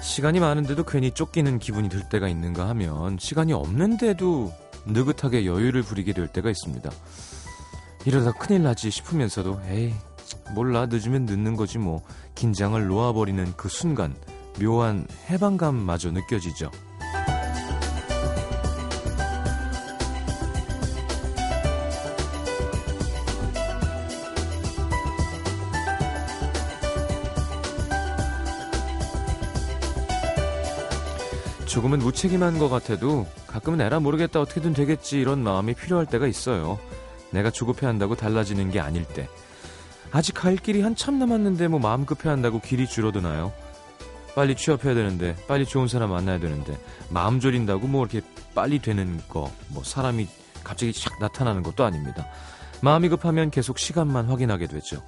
시간이 많은데도 괜히 쫓기는 기분이 들 때가 있는가 하면 시간이 없는데도 느긋하게 여유를 부리게 될 때가 있습니다. 이러다 큰일 나지 싶으면서도 에이 몰라 늦으면 늦는 거지 뭐 긴장을 놓아버리는 그 순간 묘한 해방감마저 느껴지죠. 조금은 무책임한 것 같아도 가끔은 에라 모르겠다 어떻게든 되겠지 이런 마음이 필요할 때가 있어요. 내가 조급해한다고 달라지는 게 아닐 때. 아직 갈 길이 한참 남았는데 뭐 마음 급해한다고 길이 줄어드나요? 빨리 취업해야 되는데 빨리 좋은 사람 만나야 되는데 마음 졸인다고 뭐 이렇게 빨리 되는 거 뭐 사람이 갑자기 샥 나타나는 것도 아닙니다. 마음이 급하면 계속 시간만 확인하게 되죠.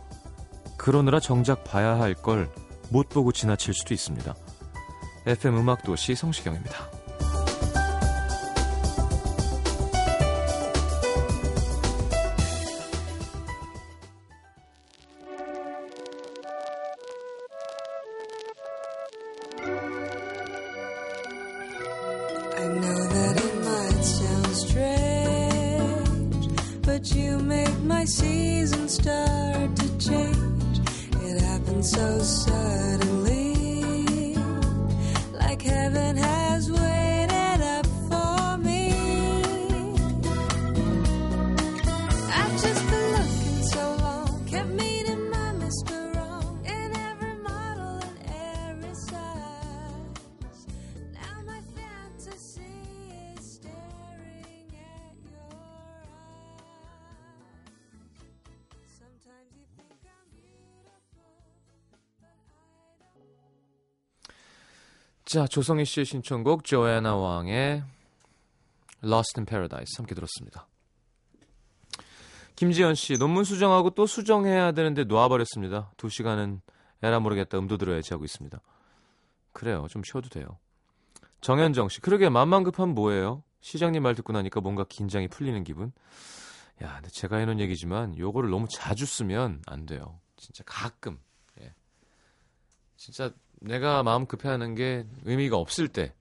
그러느라 정작 봐야 할 걸 못 보고 지나칠 수도 있습니다. FM 음악 도시 성시경입니다. I know that it might sound strange, but you make my season start to change. It happened so suddenly, like heaven has waited up for me. I've just been looking so long, kept meeting my Mr. Wrong in every model and every size. Now my fantasy is staring at your eyes. Sometimes you think I'm beautiful, but I don't. 자, 조성희 씨의 신청곡 조애나 왕의 Lost in Paradise 함께 들었습니다. 김지연 씨, 논문 수정하고 또 수정해야 되는데 놓아버렸습니다. 두 시간은 에라 모르겠다 음도 들어야지 하고 있습니다. 그래요, 좀 쉬어도 돼요. 정현정 씨, 그러게 맘만 급한 뭐예요? 시장님 말 듣고 나니까 뭔가 긴장이 풀리는 기분. 야, 근데 제가 해놓은 얘기지만 요거를 너무 자주 쓰면 안 돼요. 진짜 가끔. 예. 진짜 내가 마음 급해하는 게 의미가 없을 때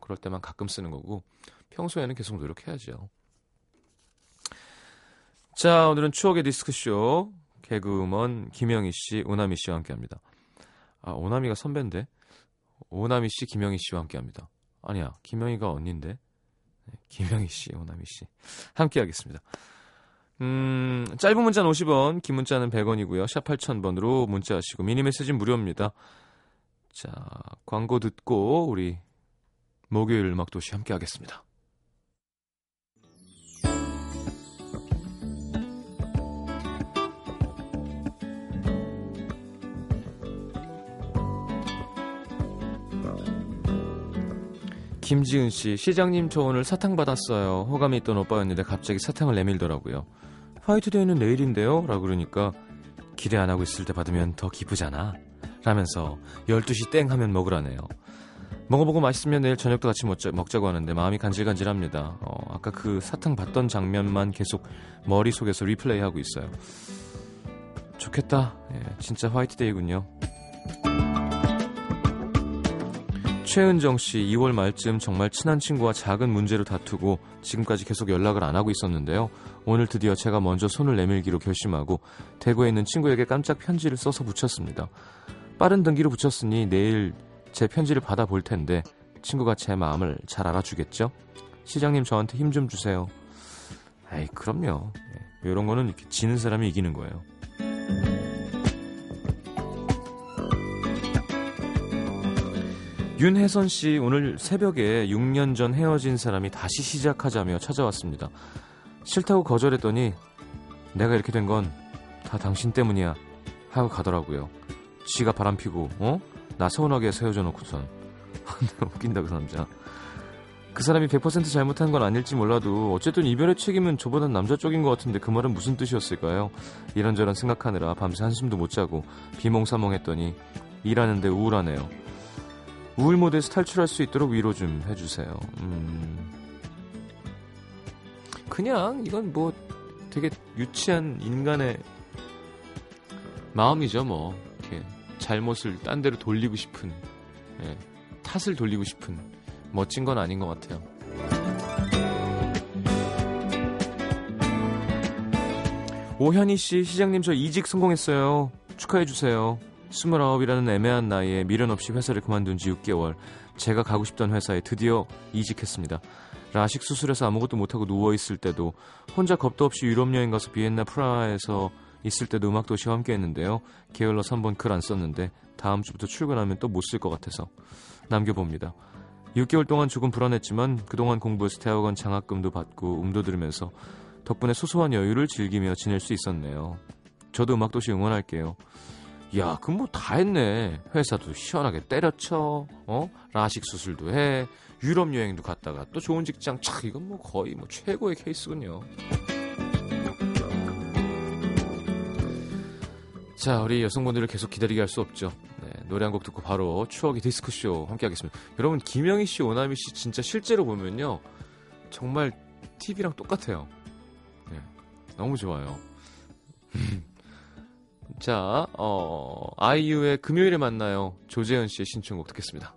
그럴 때만 가끔 쓰는 거고 평소에는 계속 노력해야죠. 자 오늘은 추억의 디스크쇼 개그우먼 김영희 씨, 오나미 씨와 함께합니다. 아 오나미가 선배인데 오나미 씨, 김영희 씨와 함께합니다. 아니야 김영희가 언니인데 네, 김영희 씨, 오나미 씨 함께하겠습니다. 음, 짧은 문자는 50원, 긴 문자는 100원이고요. 샵 8000번으로 문자하시고 미니 메시지는 무료입니다. 자, 광고 듣고 우리 목요일 음악 도시 함께 하겠습니다. 김지은 씨, 시장님 저 오늘 사탕 받았어요. 호감이 있던 오빠였는데 갑자기 사탕을 내밀더라고요. 화이트데이는 내일인데요? 라고 그러니까 기대 안 하고 있을 때 받으면 더 기쁘잖아. 라면서 12시 땡 하면 먹으라네요. 먹어보고 맛있으면 내일 저녁도 같이 먹자, 먹자고 하는데 마음이 간질간질합니다. 어, 아까 그 사탕 봤던 장면만 계속 머릿속에서 리플레이하고 있어요. 좋겠다. 예, 진짜 화이트데이군요. 최은정 씨 2월 말쯤 정말 친한 친구와 작은 문제로 다투고 지금까지 계속 연락을 안 하고 있었는데요. 오늘 드디어 제가 먼저 손을 내밀기로 결심하고 대구에 있는 친구에게 깜짝 편지를 써서 붙였습니다. 빠른 등기로 붙였으니 내일 제 편지를 받아볼 텐데 친구가 제 마음을 잘 알아주겠죠? 시장님 저한테 힘 좀 주세요. 에이 그럼요. 이런 거는 이렇게 지는 사람이 이기는 거예요. 윤혜선 씨 오늘 새벽에 6년 전 헤어진 사람이 다시 시작하자며 찾아왔습니다. 싫다고 거절했더니 내가 이렇게 된 건 다 당신 때문이야 하고 가더라고요. 지가 바람피고 어? 나 서운하게 세워져 놓고선 웃긴다 그 남자. 그 사람이 100% 잘못한 건 아닐지 몰라도 어쨌든 이별의 책임은 저보단 남자 쪽인 것 같은데 그 말은 무슨 뜻이었을까요? 이런저런 생각하느라 밤새 한숨도 못 자고 비몽사몽했더니 일하는데 우울하네요. 우울 모드에서 탈출할 수 있도록 위로 좀 해주세요. 음. 그냥 이건 뭐 되게 유치한 인간의 마음이죠, 뭐 이렇게 잘못을 딴 데로 돌리고 싶은 예, 탓을 돌리고 싶은 멋진 건 아닌 것 같아요. 오현희 씨, 시장님 저 이직 성공했어요. 축하해 주세요. 29이라는 애매한 나이에 미련 없이 회사를 그만둔 지 6개월. 제가 가고 싶던 회사에 드디어 이직했습니다. 라식 수술해서 아무것도 못하고 누워있을 때도 혼자 겁도 없이 유럽 여행 가서 비엔나 프라하에서 있을 때도 음악 도시와 함께 했는데요. 게을러 3번 글 안 썼는데 다음 주부터 출근하면 또 못 쓸 것 같아서 남겨봅니다. 6개월 동안 조금 불안했지만 그동안 공부해서 대학원 장학금도 받고 음도 들으면서 덕분에 소소한 여유를 즐기며 지낼 수 있었네요. 저도 음악도시 응원할게요. 야, 그럼 뭐 다 했네. 회사도 시원하게 때려쳐. 어? 라식 수술도 해. 유럽 여행도 갔다가 또 좋은 직장 착 이건 뭐 거의 뭐 최고의 케이스군요. 자, 우리 여성분들을 계속 기다리게 할 수 없죠. 네, 노래 한 곡 듣고 바로 추억의 디스크쇼 함께 하겠습니다. 여러분, 김영희 씨, 오나미 씨 진짜 실제로 보면요. 정말 TV랑 똑같아요. 네, 너무 좋아요. 자, 어, 아이유의 금요일에 만나요. 조재현 씨의 신청곡 듣겠습니다.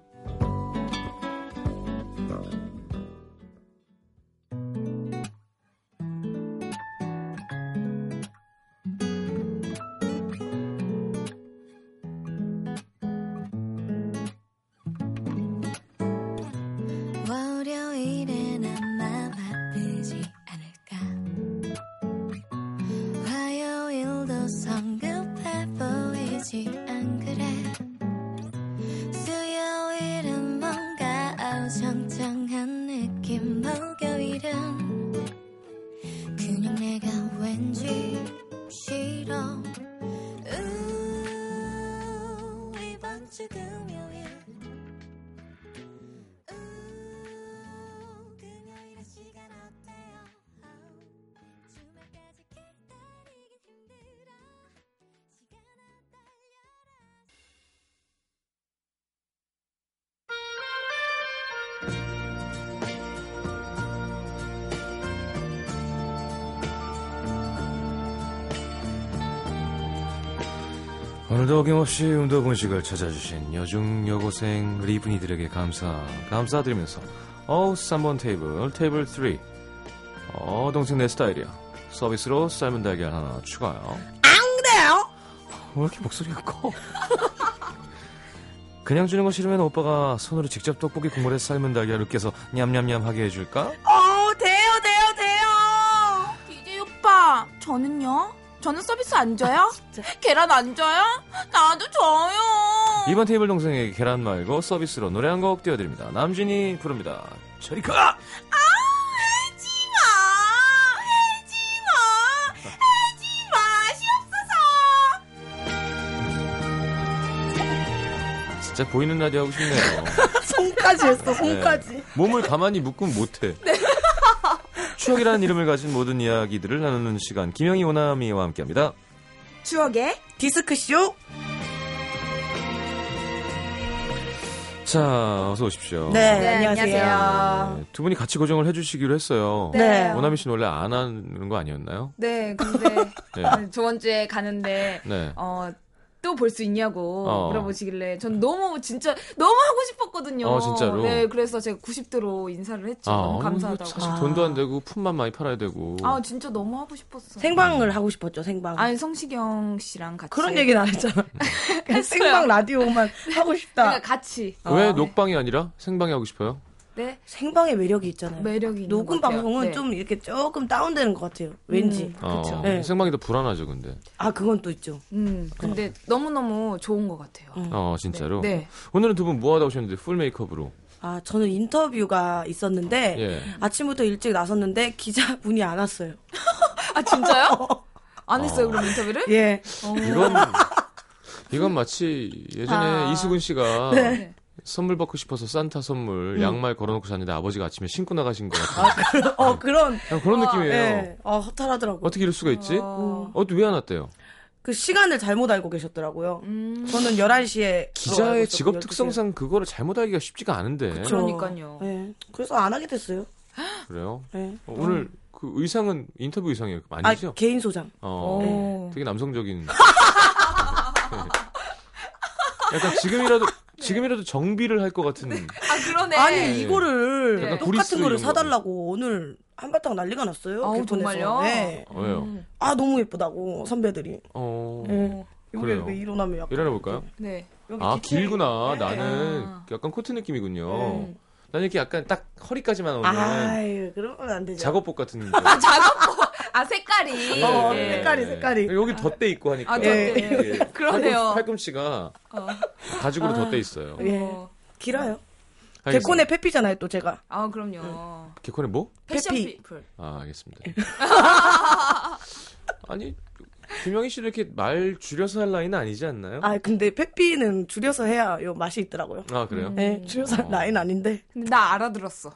월요일엔 아마 바쁘지 않을까 화요일도 성급해 보이지 안 그래 수요일은 뭔가 어정쩡한 느낌 목요일은 그냥 내가 왠지 싫어 우, 이번 주 금요일 우, 금요일에 시간 어때요? 아우, 주말까지 기다리긴 힘들어. 시간아 달려라. 오늘도 어김없이 음도 분식을 찾아주신 여중 여고생 리분이들에게 감사 감사드리면서 어우 3번 테이블 테이블 3 어 동생 내 스타일이야 서비스로 삶은 달걀 하나 추가요 그래요? 왜 이렇게 목소리가 커? 그냥 주는 거 싫으면 오빠가 손으로 직접 떡볶이 국물에 삶은 달걀을 깨서 냠냠냠 하게 해줄까? 어, 돼요, 돼요, 돼요. DJ 오빠, 저는요? 저는 서비스 안 아, 줘요? 계란 안 줘요? 나도 줘요. 이번 테이블 동생에게 계란 말고 서비스로 노래 한 곡 띄워드립니다 남준이 부릅니다 저리 가! 해지 마! 해지 아. 마! 해지 맛이 없어서! 진짜 보이는 라디오 하고 싶네요 손까지 했어, 손까지. 몸을 가만히 묶으면 못해. 추억이라는 이름을 가진 모든 이야기들을 나누는 시간 김영희 오나미와 함께합니다. 추억의 디스크쇼. 자 어서 오십시오. 네, 네, 안녕하세요. 네, 두 분이 같이 고정을 해주시기로 했어요. 네. 오나미 씨는 원래 안 하는 거 아니었나요? 네, 근데 네. 저번 주에 가는데 네. 어, 또 볼 수 있냐고 어. 물어보시길래 전 너무 진짜 너무 하고 싶었거든요. 어, 진짜로? 아, 네, 그래서 제가 90도로 인사를 했죠. 너무 아, 감사하다고. 어, 사실 돈도 안 되고 품만 많이 팔아야 되고. 아, 진짜 너무 하고 싶었어. 생방을 하고 싶었죠, 생방. 아니 성시경 씨랑 같이 그런 얘기는 안 했잖아. 그냥 했어요. 생방 라디오만 하고 싶다. 그러니까 같이 아, 왜 어. 녹방이 아니라 생방에 하고 싶어요? 네 생방의 매력이 있잖아요. 매력이 있는 것 녹음 같아요. 방송은 네. 좀 이렇게 조금 다운되는 것 같아요. 왠지. 음. 어, 그쵸. 네. 생방이 더 불안하죠, 근데. 아, 그건 또 있죠. 음, 근데 너무 너무 좋은 것 같아요. 음. 어, 진짜로. 네, 오늘은 두 분 뭐 하다 오셨는데 풀 메이크업으로. 아, 저는 인터뷰가 있었는데 네. 예. 아침부터 일찍 나섰는데 기자분이 안 왔어요. 아 진짜요? 안 했어요 아. 그럼 인터뷰를? 예. 이건 이건 마치 예전에 아. 이수근 씨가 네. 선물 받고 싶어서 산타 선물 양말 걸어놓고 잤는데 아버지가 아침에 신고 나가신 것 같아요. 어, 그런 그냥 그런 느낌이에요. 예. 어, 허탈하더라고요. 어떻게 이럴 수가 있지? 어. 어, 왜안 왔대요? 그 시간을 잘못 알고 계셨더라고요. 음, 저는 11시에 기자의 직업 특성상 그거를 잘못 알기가 쉽지가 않은데 그쵸. 그러니까요. 예. 그래서 안 하게 됐어요. 그래요? 예. 어, 오늘 그 의상은 인터뷰 의상이에요. 아, 아니죠? 개인 소장. 어, 네. 되게 남성적인. 네. 약간 지금이라도 지금이라도 정비를 할 것 같은. 아 그러네. 아니 네. 이거를 약간 구리스 똑같은 거를 이런 거. 사달라고 오늘 한바탕 난리가 났어요. 아우, 길톤에서. 정말요? 음, 네. 어, 왜요? 아 너무 예쁘다고 선배들이. 어. 네. 이번에 그래요. 왜 일어나면 약간 일어나 볼까요? 네. 여기 아 디테일이- 길구나. 네. 나는 아. 약간 코트 느낌이군요. 네. 나는 이렇게 약간 딱 허리까지만 오는 아유 네. 그러면 안 되죠. 작업복 같은. 아 작업복. 아 색깔이. 어, 네. 색깔이 색깔이. 여기 덧대 있고 하니까. 아, 덧대. 이게 그러네요. 팔꿈치가 어. 가죽으로 덧대 있어요. 예. 어. 길어요. 알겠습니다. 개콘의 페피잖아요 또 제가. 아 그럼요. 개콘에 뭐? 패션 페피. 피플. 아, 알겠습니다. 아니, 김영희 씨도 이렇게 말 줄여서 할 라인은 아니지 않나요? 아 근데 페피는 줄여서 해야 요 맛이 있더라고요. 음. 아, 그래요? 네 줄여서 할 라인 아닌데. 근데 나 알아들었어.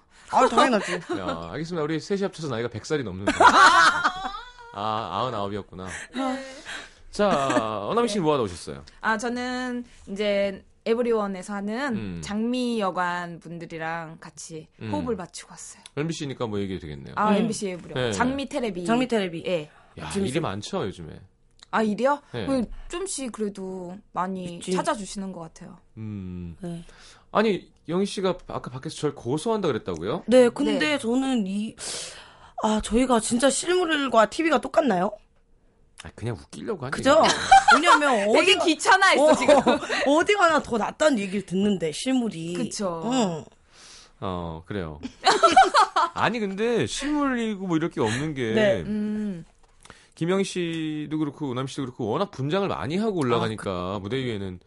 아 당연하지. 야, 알겠습니다. 우리 셋이 합쳐서 나이가 100살이 넘는 거. 아, 아흔아홉이었구나. 네. 자, 어나미 씨는 뭐 하다 오셨어요? 아 저는 이제 에브리원에서 하는 음. 장미 여관 분들이랑 같이 음. 호흡을 맞추고 왔어요. 연비 씨니까 뭐 얘기해도 되겠네요. 아 MBC 에브리원. 네. 장미 테레비. 장미 테레비. 예. 야, 일이 많죠, 요즘에. 아 일이요? 네. 그 좀씩 그래도 많이 있지. 찾아주시는 것 같아요. 음. 네. 아니, 영희 씨가 아까 밖에서 저를 고소한다 그랬다고요? 네 근데 네. 저는 이. 아, 저희가 진짜 실물과 TV가 똑같나요? 아, 그냥 웃기려고 하니. 그죠? 예. 왜냐면 되게 어디가 귀찮아했어 지금. 어, 어디가 하나 더 낫다는 얘기를 듣는데 실물이. 그쵸. 응. 어, 그래요. 아니, 근데 실물이고 뭐 이럴 게 없는 게 네. 음. 김영희 씨도 그렇고 우남 씨도 그렇고 워낙 분장을 많이 하고 아, 그- 올라가니까 무대 위에는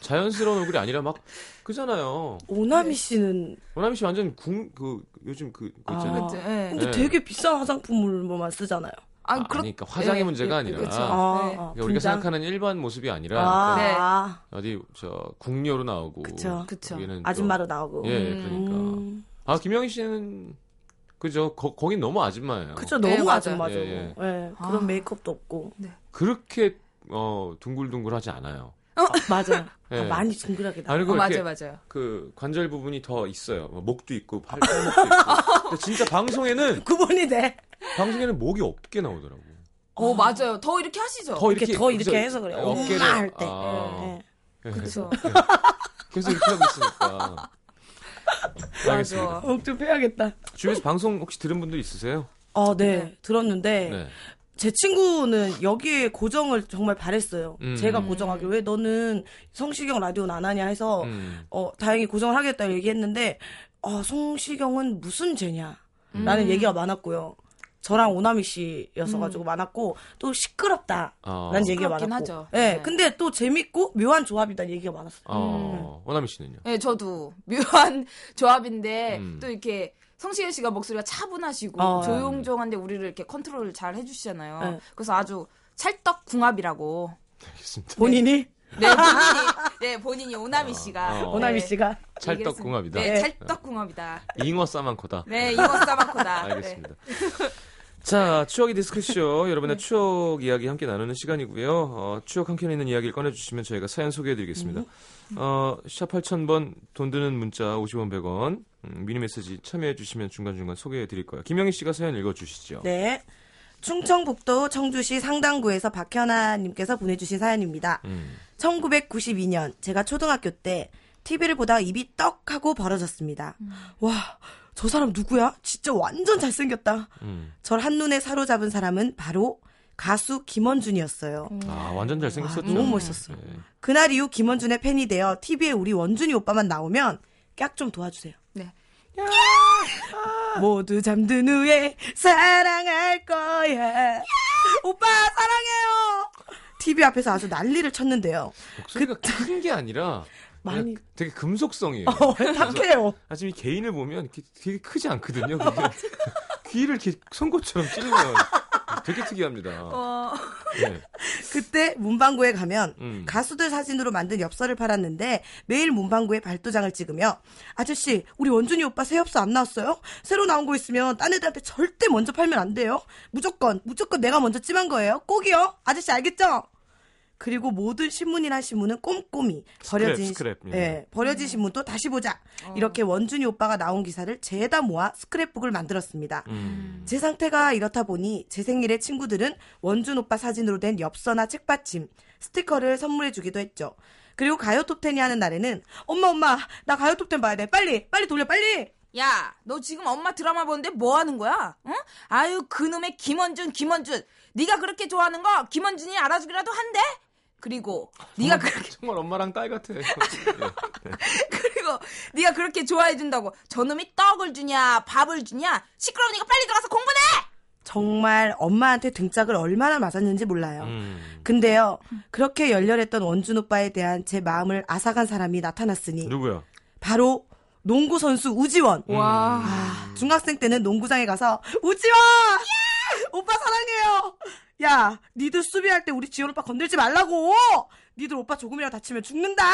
자연스러운 얼굴이 아니라 막 그잖아요. 오나미 씨는 원남 씨 완전 궁 그 요즘 그, 그 있잖아요. 아. 그치, 예. 근데 네. 되게 비싼 화장품을 뭐만 쓰잖아요. 아, 그렇- 니까 화장의 예, 문제가 예, 아니라 그쵸. 아, 네. 아, 그러니까 우리가 분장. 생각하는 일반 모습이 아니라 아, 어디 저 궁녀로 나오고 그쵸. 그쵸. 거기는 또- 아줌마로 나오고. 예, 음. 그러니까. 음. 아, 김영희 씨는 그죠. 거, 거긴 너무 아줌마예요. 그쵸, 네, 너무 맞아요. 아줌마죠. 예, 예. 예, 그런 메이크업도 없고. 그렇게 어 둥글둥글하지 않아요. 맞아요. 예. 아, 많이 둥글하게 나. 아니고 어, 이렇게 맞아요, 맞아요. 그 관절 부분이 더 있어요. 뭐 목도 있고 팔, 팔목도 있고. 근데 진짜 방송에는 구분이 돼. 방송에는 목이 없게 나오더라고. 어, 맞아요. 더 이렇게 하시죠. 더 이렇게 이렇게 더 이렇게 그래서 해서 그래요. 어깨를 아, 할 때. 아, 예. 예. 그쵸. 계속 이렇게 하고 있으니까. 알겠습니다. 맞아. 어, 좀 빼야겠다. 주위에서 방송 혹시 들은 분들 있으세요? 아, 네. 들었는데. 네. 제 친구는 여기에 고정을 정말 바랬어요. 음. 제가 고정하길 왜 너는 성시경 라디오는 안 하냐 해서 음. 어 다행히 고정을 하겠다 고 얘기했는데 어 성시경은 무슨 음. 죄냐라는 얘기가 많았고요. 저랑 오나미 씨여서 가지고 많았고 또 시끄럽다라는 어. 얘기가 아. 시끄럽긴 많았고. 하죠. 예. 네. 근데 또 재밌고 묘한 조합이다는 얘기가 많았어요. 어, 원아미 씨는요? 예, 저도 묘한 조합인데 음. 또 이렇게 성시경 씨가 목소리가 차분하시고 어. 조용조용한데 우리를 이렇게 컨트롤 잘 해주시잖아요. 네. 그래서 아주 찰떡 궁합이라고. 알겠습니다. 본인이 네, 본인이, 네, 본인이 오나미 씨가. 어. 오나미 네, 씨가 찰떡궁합이다. 네, 찰떡궁합이다. 잉어 싸만코다. 네, 이거 싸마코다. 알겠습니다. 자, 추억의 디스크쇼. 여러분의 추억 이야기 함께 나누는 시간이고요. 어, 추억 한켠에 있는 이야기를 꺼내주시면 저희가 사연 소개해드리겠습니다. 어, 샵 8000번 돈 드는 문자 50원 100원. 음, 미니 메시지 참여해주시면 중간중간 소개해드릴 거예요. 김영희 씨가 사연 읽어주시죠. 네. 충청북도 청주시 상당구에서 박현아님께서 보내주신 사연입니다. 음. 1992년 제가 초등학교 때 TV를 보다 입이 떡 하고 벌어졌습니다. 음. 와, 저 사람 누구야? 진짜 완전 잘생겼다. 음. 절 한눈에 사로잡은 사람은 바로 가수 김원준이었어요. 아, 완전 잘생겼었죠. 와, 너무 음. 멋있었어요. 네. 그날 이후 김원준의 팬이 되어 TV에 우리 원준이 오빠만 나오면 깍 좀 도와주세요. 네. 모두 잠든 후에 사랑할 거야. 오빠 사랑해요. TV 앞에서 아주 난리를 쳤는데요. 목소리가 큰 게 아니라 많이- 어, 그냥 되게 금속성이에요. 탁해요. 아, 지금 이 개인을 보면 이렇게 되게 크지 않거든요. 근데 귀를 이렇게 송곳처럼 찔러요. 되게 특이합니다. 어. 어, 네. 그때 문방구에 가면 음. 가수들 사진으로 만든 엽서를 팔았는데 매일 문방구에 발도장을 찍으며 아저씨 우리 원준이 오빠 새 엽서 안 나왔어요? 새로 나온 거 있으면 딴 애들한테 절대 먼저 팔면 안 돼요. 무조건 무조건 내가 먼저 찜한 거예요. 꼭이요. 아저씨 알겠죠? 그리고 모든 신문이나 신문은 꼼꼼히 버려진 시- 스크랩, 예. 예, 버려진 신문도 다시 보자. 이렇게 원준이 오빠가 나온 기사를 재다 모아 스크랩북을 만들었습니다. 음. 제 상태가 이렇다 보니 제 생일에 친구들은 원준 오빠 사진으로 된 엽서나 책받침, 스티커를 선물해 주기도 했죠. 그리고 가요 톱텐이 하는 날에는 엄마 엄마 나 가요 톱텐 봐야 돼 빨리 빨리 돌려 빨리 야, 너 지금 엄마 드라마 보는데 뭐 하는 거야? 응? 아유, 그놈의 김원준, 김원준. 네가 그렇게 좋아하는 거 김원준이 알아주기라도 한대? 그리고 네가 그렇게 정말 엄마랑 딸 같아. 네. 그리고 네가 그렇게 좋아해 준다고 저놈이 떡을 주냐, 밥을 주냐? 시끄러우니까 빨리 들어가서 공부해. 정말 엄마한테 등짝을 얼마나 맞았는지 몰라요 음. 근데요 그렇게 열렬했던 원준 오빠에 대한 제 마음을 앗아간 사람이 나타났으니 누구야? 바로 농구 선수 우지원 음, 와. 아, 중학생 때는 농구장에 가서 우지원 오빠 사랑해요 야 니들 수비할 때 우리 지원 오빠 건들지 말라고 니들 오빠 조금이라도 다치면 죽는다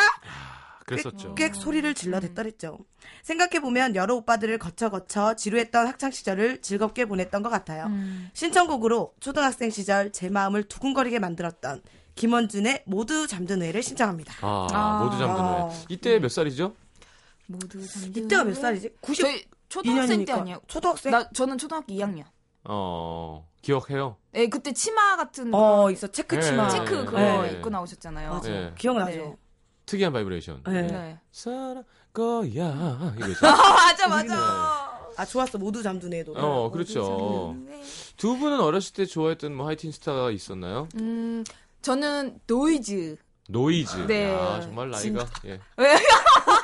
그랬었죠. 꽥 소리를 음. 질러댔더랬죠. 생각해보면 여러 오빠들을 거쳐 거쳐 지루했던 학창 시절을 즐겁게 보냈던 것 같아요. 음. 신청곡으로 초등학생 시절 제 마음을 두근거리게 만들었던 김원준의 모두 잠든 회를 신청합니다. 아, 모두 잠든 아. 애. 이때 몇 살이죠? 모두 잠들. 이때가 몇 살이지? 90. 네. 저희 초등학생 때 아니에요? 초등학생? 나 저는 초등학교 2학년. 어, 기억해요. 예, 그때 치마 같은 거 어, 있어. 체크 치마. 예. 체크 그거 네. 예. 입고 나오셨잖아요. 맞아. 예. 네. 기억나죠? 특이한 바이브레이션. 네. 네. 사랑 거야. 이거 있죠. 아, 맞아 맞아. 아, 좋았어. 모두 잠든 회도. 어, 그렇죠. 두 분은 어렸을 때 좋아했던 뭐 하이틴 스타가 있었나요? 네. 음, 저는 노이즈. 노이즈. 네. 야, 정말 나이가 예. 왜?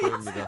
보입니다. 네.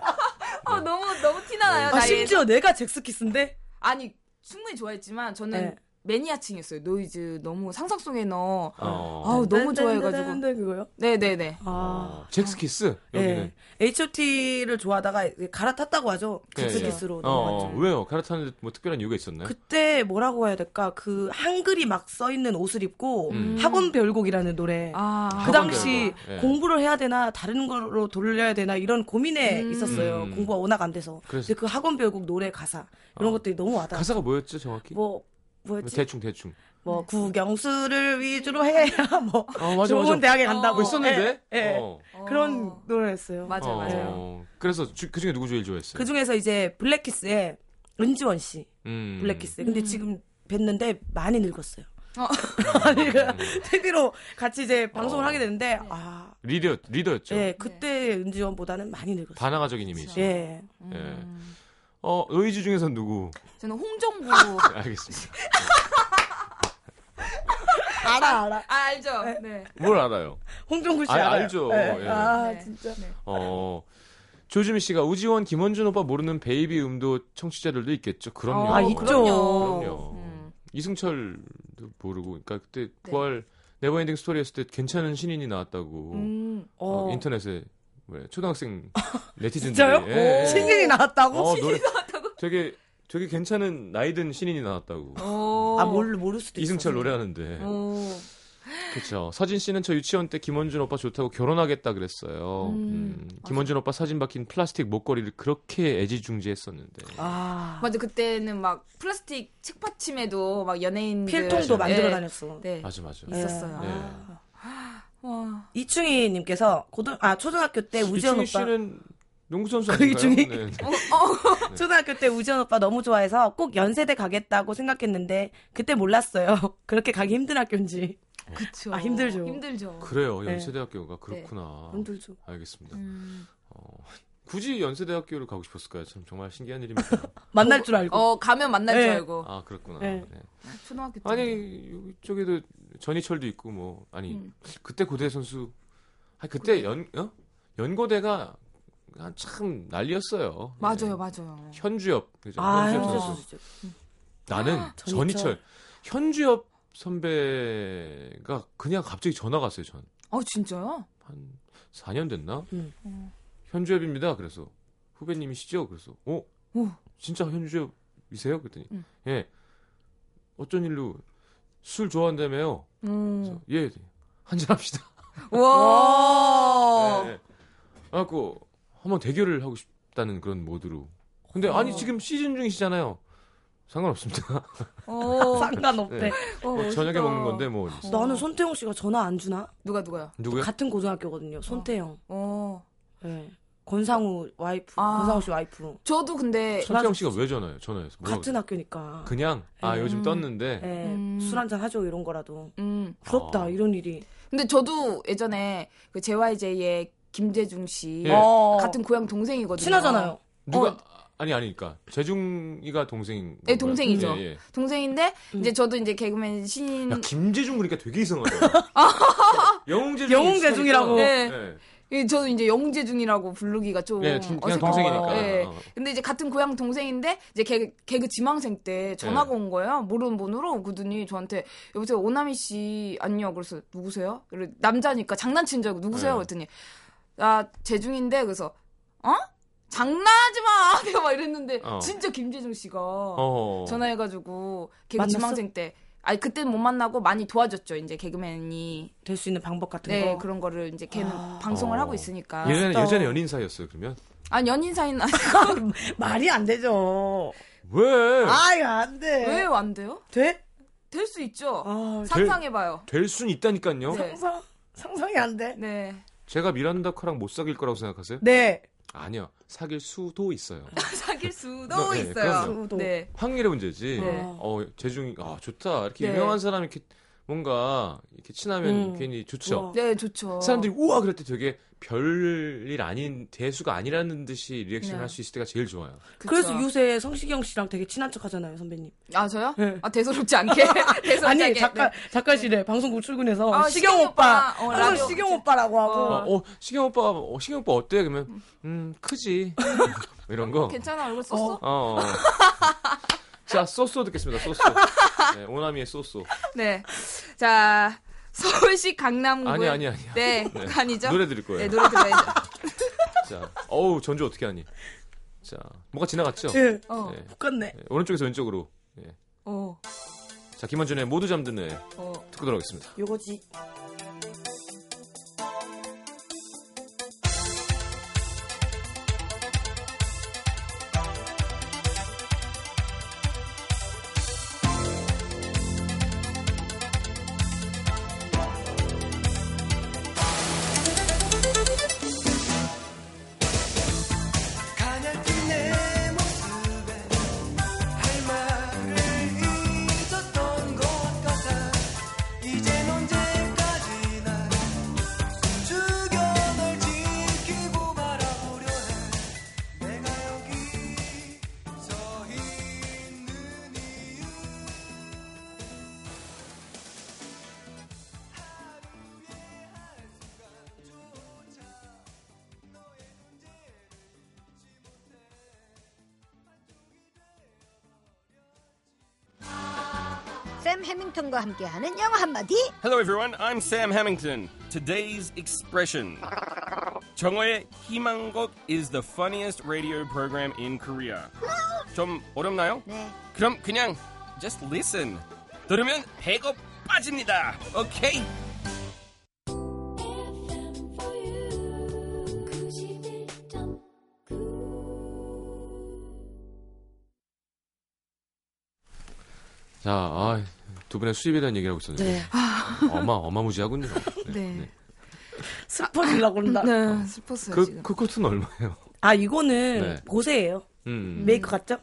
아, 너무 너무 티나나요? 아, 나이 심지어 내가 잭스키스인데? 아니 충분히 좋아했지만 저는 네. 매니아층이었어요. 노이즈 너무 상상 속에 넣어. 어. 아우 너무 좋아해가지고. 딴딴딴딴 그거요? 네네네. 아. 어, 잭스키스 여기는. 네, 예. H.O.T.를 좋아하다가 갈아탔다고 하죠. 잭스키스로 예. 어, 넘어갔죠. 왜요? 갈아타는데 뭐 특별한 이유가 있었나요? 그때 뭐라고 해야 될까 그 한글이 막 써 있는 옷을 입고 음. 학원별곡이라는 노래 아 그 학원별곡. 당시 예. 공부를 해야 되나 다른 거로 돌려야 되나 이런 고민에 있었어요 음. 공부가 워낙 안 돼서 그래서- 근데 그 학원별곡 노래 가사 이런 어. 것들이 너무 와닿아 가사가 뭐였죠, 정확히? 뭐 뭐였지 대충 대충. 뭐 구경수를 위주로 해야 뭐 아, 맞아 좋은 맞아. 대학에 간다고 뭐 있었는데? 예, 예. 어. 그런 노래였어요 맞아요 맞아요. 어, 그래서 주, 그 중에 누구 제일 좋아했어요? 그 중에서 이제 블랙키스의 은지원 씨 음. 블랙키스. 근데 지금 뵀는데 많이 늙었어요. 어. 음, 아니, 그, TV로 같이 이제 방송을 어. 하게 되는데, 아, 리더 리더였죠. 예, 그때 은지원보다는 많이 늙었어요. 바나가적인 이미지. 예. 예. 어, 노이즈 중에선 누구? 음. 저는 홍정부. 알겠습니다. 알아, 알아. 아 알죠. 네. 뭘 알아요? 홍종구 씨. 아, 알아요. 알죠. 예. 예. 아, 네. 진짜. 어. 조지미 씨가 우지원, 김원준 오빠 모르는 베이비 음도 청취자들도 있겠죠. 그럼요. 아, 있죠. 그럼요. 그럼요. 음. 이승철도 모르고, 그러니까 그때 9월 네버엔딩 스토리 했을 때 괜찮은 신인이 나왔다고 음. 어, 어. 인터넷에 왜 초등학생 네티즌들이 진짜요? 예, 예. 신인이 나왔다고? 어, 노래 되게 되게 괜찮은 나이든 신인이 나왔다고 오. 아, 모를, 모를 수도 있어. 이승철 노래하는데 오. 그렇죠. 서진 씨는 저 유치원 때 김원준 오빠 좋다고 결혼하겠다 그랬어요. 음, 김원준 오빠 사진 박힌 플라스틱 목걸이를 그렇게 애지중지했었는데. 아, 맞아 그때는 막 플라스틱 책받침에도 막 연예인들 필통도 네. 만들어 다녔어. 네. 맞아 맞아. 있었어요. 네. 와. 이충희님께서 고등, 아, 초등학교 때 이충희 우지원 오빠. 씨는 농구 선수 그 아닌가요? 이충희? 네. 어, 초등학교 때 우지원 오빠 너무 좋아해서 꼭 연세대 가겠다고 생각했는데, 그때 몰랐어요. 그렇게 가기 힘든 학교인지. 그쵸. 아, 힘들죠. 힘들죠. 그래요. 네. 연세대학교가 그렇구나. 힘들죠. 알겠습니다. 음. 어, 굳이 연세대학교를 가고 싶었을까요? 참 정말 신기한 일입니다. 만날 줄 알고. 어 가면 만날 줄 네. 알고. 아 그렇구나. 네. 네. 초등학교 때. 아니 네. 이쪽에도 전희철도 있고 뭐 아니 음. 그때 고대 선수 아 그때 연 어? 연고대가 한참 난리였어요. 예. 맞아요, 맞아요. 현주엽 그죠? 아, 현주엽 현주 선수. 선수. 나는 전희철 전희철. 현주엽 선배가 그냥 갑자기 전화가 왔어요. 전 한 어 진짜요? 4년 됐나? 음. 현주엽입니다. 그래서 후배님이시죠? 그래서 어 오. 진짜 현주엽이세요? 그랬더니 음. 예 어쩐 일로 술 좋아한다며요. 음. 예, 한잔 합시다. 네. 와. 예, 예. 그래갖고 한번 대결을 하고 싶다는 그런 모드로. 근데 어. 아니 지금 시즌 중이시잖아요. 상관없습니다. 오. 어, 상관없대. 어, 어. 뭐 멋있다. 저녁에 먹는 건데 뭐 나는 손태영 씨가 전화 안 주나? 누가 누가요? 누구야? 같은 고등학교거든요. 손태영. 어. 예. 권상우 와이프. 아. 권상우 씨 와이프. 저도 근데 손태영 씨가 왜 전화해요? 전화해서 뭐라고 같은 그래요? 학교니까. 그냥 아 요즘 음. 떴는데 예. 음. 술 한잔 하죠 이런 거라도. 음. 부럽다 아. 이런 일이. 근데 저도 예전에 그 JYJ의 김재중 씨 예. 어. 같은 고향 동생이거든요. 친하잖아요. 누가 아니 아니니까 재중이가 동생인 건가요? 예, 동생이죠. 음. 예, 예. 동생인데 음. 이제 저도 이제 개그맨 신인 야 김재중 그러니까 되게 이상하다. 영웅재중 영웅재중이라고. 네. 네. 예, 저는 이제 영재중이라고 부르기가 좀 예, 진- 그냥 어색해요. 동생이니까. 예. 어. 근데 이제 같은 고향 동생인데 이제 개, 개그 지망생 때 전화가 네. 온 거예요. 모르는 번호로 그분이 저한테 여보세요 오나미 씨 안녕. 그래서 누구세요? 그래, 남자니까 장난친 줄 알고 누구세요? 네. 그랬더니 나 재중인데 그래서 어? 장난하지 마. 내가 막 이랬는데 어. 진짜 김재중 씨가 어. 전화해가지고 개그 만났어? 지망생 때. 아니 그때는 못 만나고 많이 도와줬죠 이제 개그맨이 될 수 있는 방법 같은 네 거. 그런 거를 이제 걔는 방송을 어. 하고 있으니까 예전에 아, 예전에 연인 사이였어요 그러면 아 연인 사이는 말이 안 되죠. 왜? 아유 안 돼. 왜 안 돼요? 돼? 될 수 있죠. 아, 상상해봐요. 될 순 있다니까요. 네. 상상 상상이 안 돼. 네. 제가 미란다 커랑 못 사귈 거라고 생각하세요? 네. 아니야 사귈 수도 있어요. 사귈 수도 어, 네, 있어요. 그럼요. 수도. 네. 확률의 문제지. 네. 어 재중이 아 좋다 이렇게 네. 유명한 사람이 이렇게 뭔가 이렇게 친하면 음. 괜히 좋죠. 우와. 네, 좋죠. 사람들이 우와 그럴 때 되게 별일 아닌 대수가 아니라는 듯이 리액션을 네. 할 수 있을 때가 제일 좋아요. 그쵸. 그래서 요새 성시경 씨랑 되게 친한 척 하잖아요, 선배님. 아, 저요? 네. 아, 대수롭지 않게. 대수롭지 그 아니, 않게. 작가, 네. 작가실에 방송국 출근해서 아, 시경 시경 오빠. 오빠. 어, 항상 라디오. 시경 오빠라고 하고. 어, 어, 시경 오빠 어, 시경 오빠 어때? 그러면 음 크지 이런 거. 괜찮아, 얼굴 썼어? 어. 어. 어. 자, 소소 듣겠습니다. 소소. 네, 오나미의 소소. 네. 자, 서울시 강남구. 아니 아니 아니. 야 네, 간이죠? 노래 드릴 거예요. 네, 노래 들어야죠. 자, 어우 전주 어떻게 하니? 자, 뭐가 지나갔죠? 예, 어. 네. 똑같네. 네, 오른쪽에서 왼쪽으로. 예. 어. 자, 김원준의 모두 잠든 애 어. 듣고 돌아오겠습니다. 요거지. 아, 가냘픈 내 모습에 할 말을 잊었던 것 같아 이젠 언제까지나 숨죽여 널 지키고 바라보려 해 내가 여기 서 있는 이유 하루의 한 순간조차 너의 존재를 샘 해밍턴과 함께하는 영어 한마디. Hello, everyone. I'm Sam Hemington. Today's expression. 정어의 희망곡 is the funniest radio program in Korea. 좀 어렵나요? 네. 그럼 그냥 just listen. 들으면 배고 빠집니다. 오케이. 자, 아, 두 분의 수입이라는 얘기를 하고 있었는데. 네. 어마 어마무지하군요. 네. 슬퍼지려고 그런다. 네, 슬펐어요, 그, 지금. 그 코트는 얼마예요? 아, 이거는 네. 고세예요. 음. 메이크 같죠?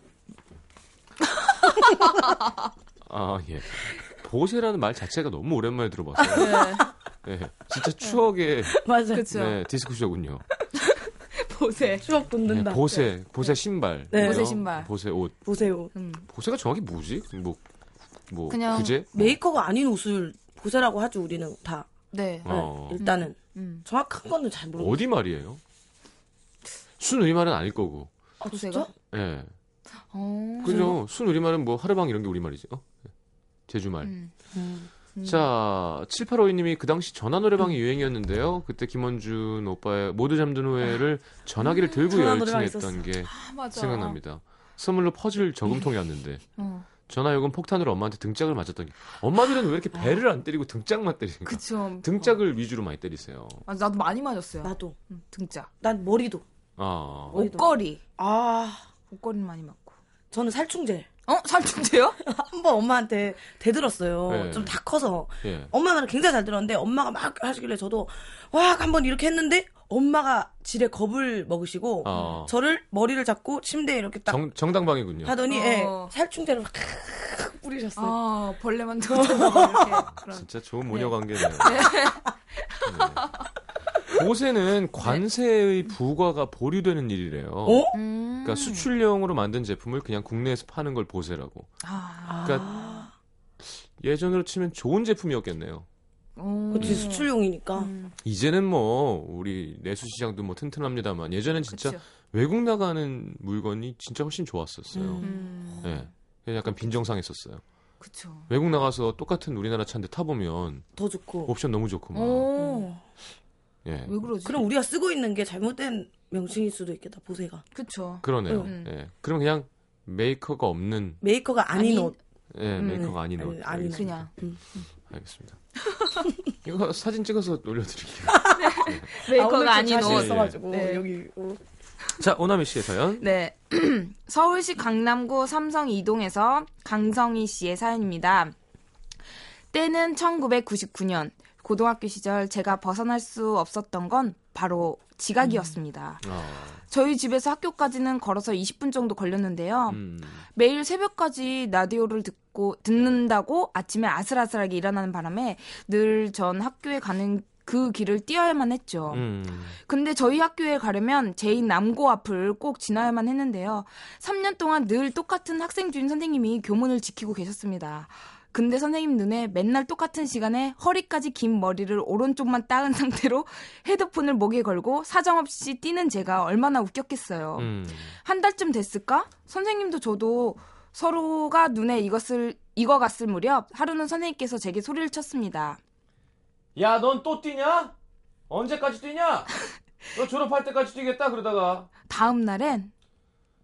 아, 예. 보세라는 말 자체가 너무 오랜만에 들어봤어요. 네. 예. 진짜 추억의 맞아요. 그쵸. 네, 디스크쇼군요. 보세. 추억 네, 돋는다. 보세, 보세 신발. 네. 보세 신발. 보세 옷. 보세요. 음, 보세가 정확히 뭐지? 뭐, 뭐, 그냥 구제? 메이커가 아닌 옷을 보세라고 하죠, 우리는 다. 네. 네, 어. 일단은. 음. 정확한 거는 잘 모르고. 어디 말이에요? 순우리말은 아닐 거고. 아, 보세가? 예. 어. 그죠? 순우리말은 뭐, 하루방 이런 게 우리말이죠. 어? 제주말. 음. 자, 7852님이 그 당시 전화 음. 노래방이 유행이었는데요. 그때 김원준 오빠의 모두 잠든 후에를 전화기를 들고 음, 전화 노래방 열친했던 게 아, 맞아. 생각납니다. 선물로 퍼즐 저금통이 왔는데 어. 전화요금 폭탄으로 엄마한테 등짝을 맞았더니 엄마들은 왜 이렇게 배를 안 때리고 등짝만 때리는가? 그쵸. 등짝을 위주로 많이 때리세요. 아, 나도 많이 맞았어요. 나도. 음, 등짝. 난 머리도. 아, 머리도. 옷걸이. 아, 옷걸이는 많이 맞고. 저는 살충제. 어? 살충제요? 한 번 엄마한테 대들었어요. 네. 좀 다 커서. 예. 엄마 말을 굉장히 잘 들었는데 엄마가 막 하시길래 저도 와 한 번 이렇게 했는데 엄마가 지레 겁을 먹으시고 아. 저를 머리를 잡고 침대에 이렇게 딱 정, 정당방이군요. 하더니 어. 예, 살충제를 막 뿌리셨어요. 아, 벌레만 더. 이렇게. 그런. 진짜 좋은 모녀 관계네요. 네. 조세는 관세의 부과가 보류되는 일이래요. 어? 음. 그러니까 수출용으로 만든 제품을 그냥 국내에서 파는 걸 보세라고. 아. 아. 그러니까 예전으로 치면 좋은 제품이었겠네요. 어. 그치 수출용이니까. 음. 아, 이제는 뭐 우리 내수 시장도 뭐 튼튼합니다만 예전엔 진짜 그쵸. 외국 나가는 물건이 진짜 훨씬 좋았었어요. 음, 네. 예. 그래서 약간 빈정상했었어요. 그쵸. 외국 나가서 똑같은 우리나라 차인데 타보면 더 좋고. 옵션 너무 음. 좋고 어. 막. 오, 예. 음. 왜 그러지? 그럼 우리가 쓰고 있는 게 잘못된 명칭일 수도 있겠다. 보세가. 그쵸. 그러네요. 음. 예. 그럼 그냥 메이커가 없는 메이커가 아닌 아닌- 옷. 예, 음. 메이커가 아닌 아니, 옷. 네. 아닌 옷. 알겠습니다. 그냥. 알겠습니다. 이거 사진 찍어서 올려드릴게요. 오늘 좀 메이커가 아닌 자신 옷. 있어가지고 네. 여기. 어. 자, 오나미 씨의 사연. 네. 서울시 강남구 삼성 이동에서 강성희 씨의 사연입니다. 때는 1999년. 고등학교 시절 제가 벗어날 수 없었던 건 바로 지각이었습니다. 아, 저희 집에서 학교까지는 걸어서 20분 정도 걸렸는데요. 음. 매일 새벽까지 라디오를 듣고 듣는다고 아침에 아슬아슬하게 일어나는 바람에 늘 전 학교에 가는 그 길을 뛰어야만 했죠. 음. 근데 저희 학교에 가려면 제인 남고 앞을 꼭 지나야만 했는데요. 3년 동안 늘 똑같은 학생 주임 선생님이 교문을 지키고 계셨습니다. 근데 선생님 눈에 맨날 똑같은 시간에 허리까지 긴 머리를 오른쪽만 따은 상태로 헤드폰을 목에 걸고 사정없이 뛰는 제가 얼마나 웃겼겠어요. 음. 한 달쯤 됐을까? 선생님도 저도 서로가 눈에 익었을, 익어갔을 무렵 하루는 선생님께서 제게 소리를 쳤습니다. 야, 넌 또 뛰냐? 언제까지 뛰냐? 너 졸업할 때까지 뛰겠다 그러다가 다음 날엔,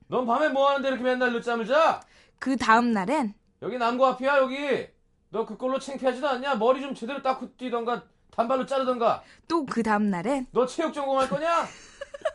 넌 밤에 뭐 하는데 이렇게 맨날 늦잠을 자? 그 다음 날엔, 여기 남고 앞이야 여기. 너 그걸로 창피하지도 않냐? 머리 좀 제대로 닦고 뛰던가 단발로 자르던가. 또 그 다음 날엔, 너 체육 전공할 거냐?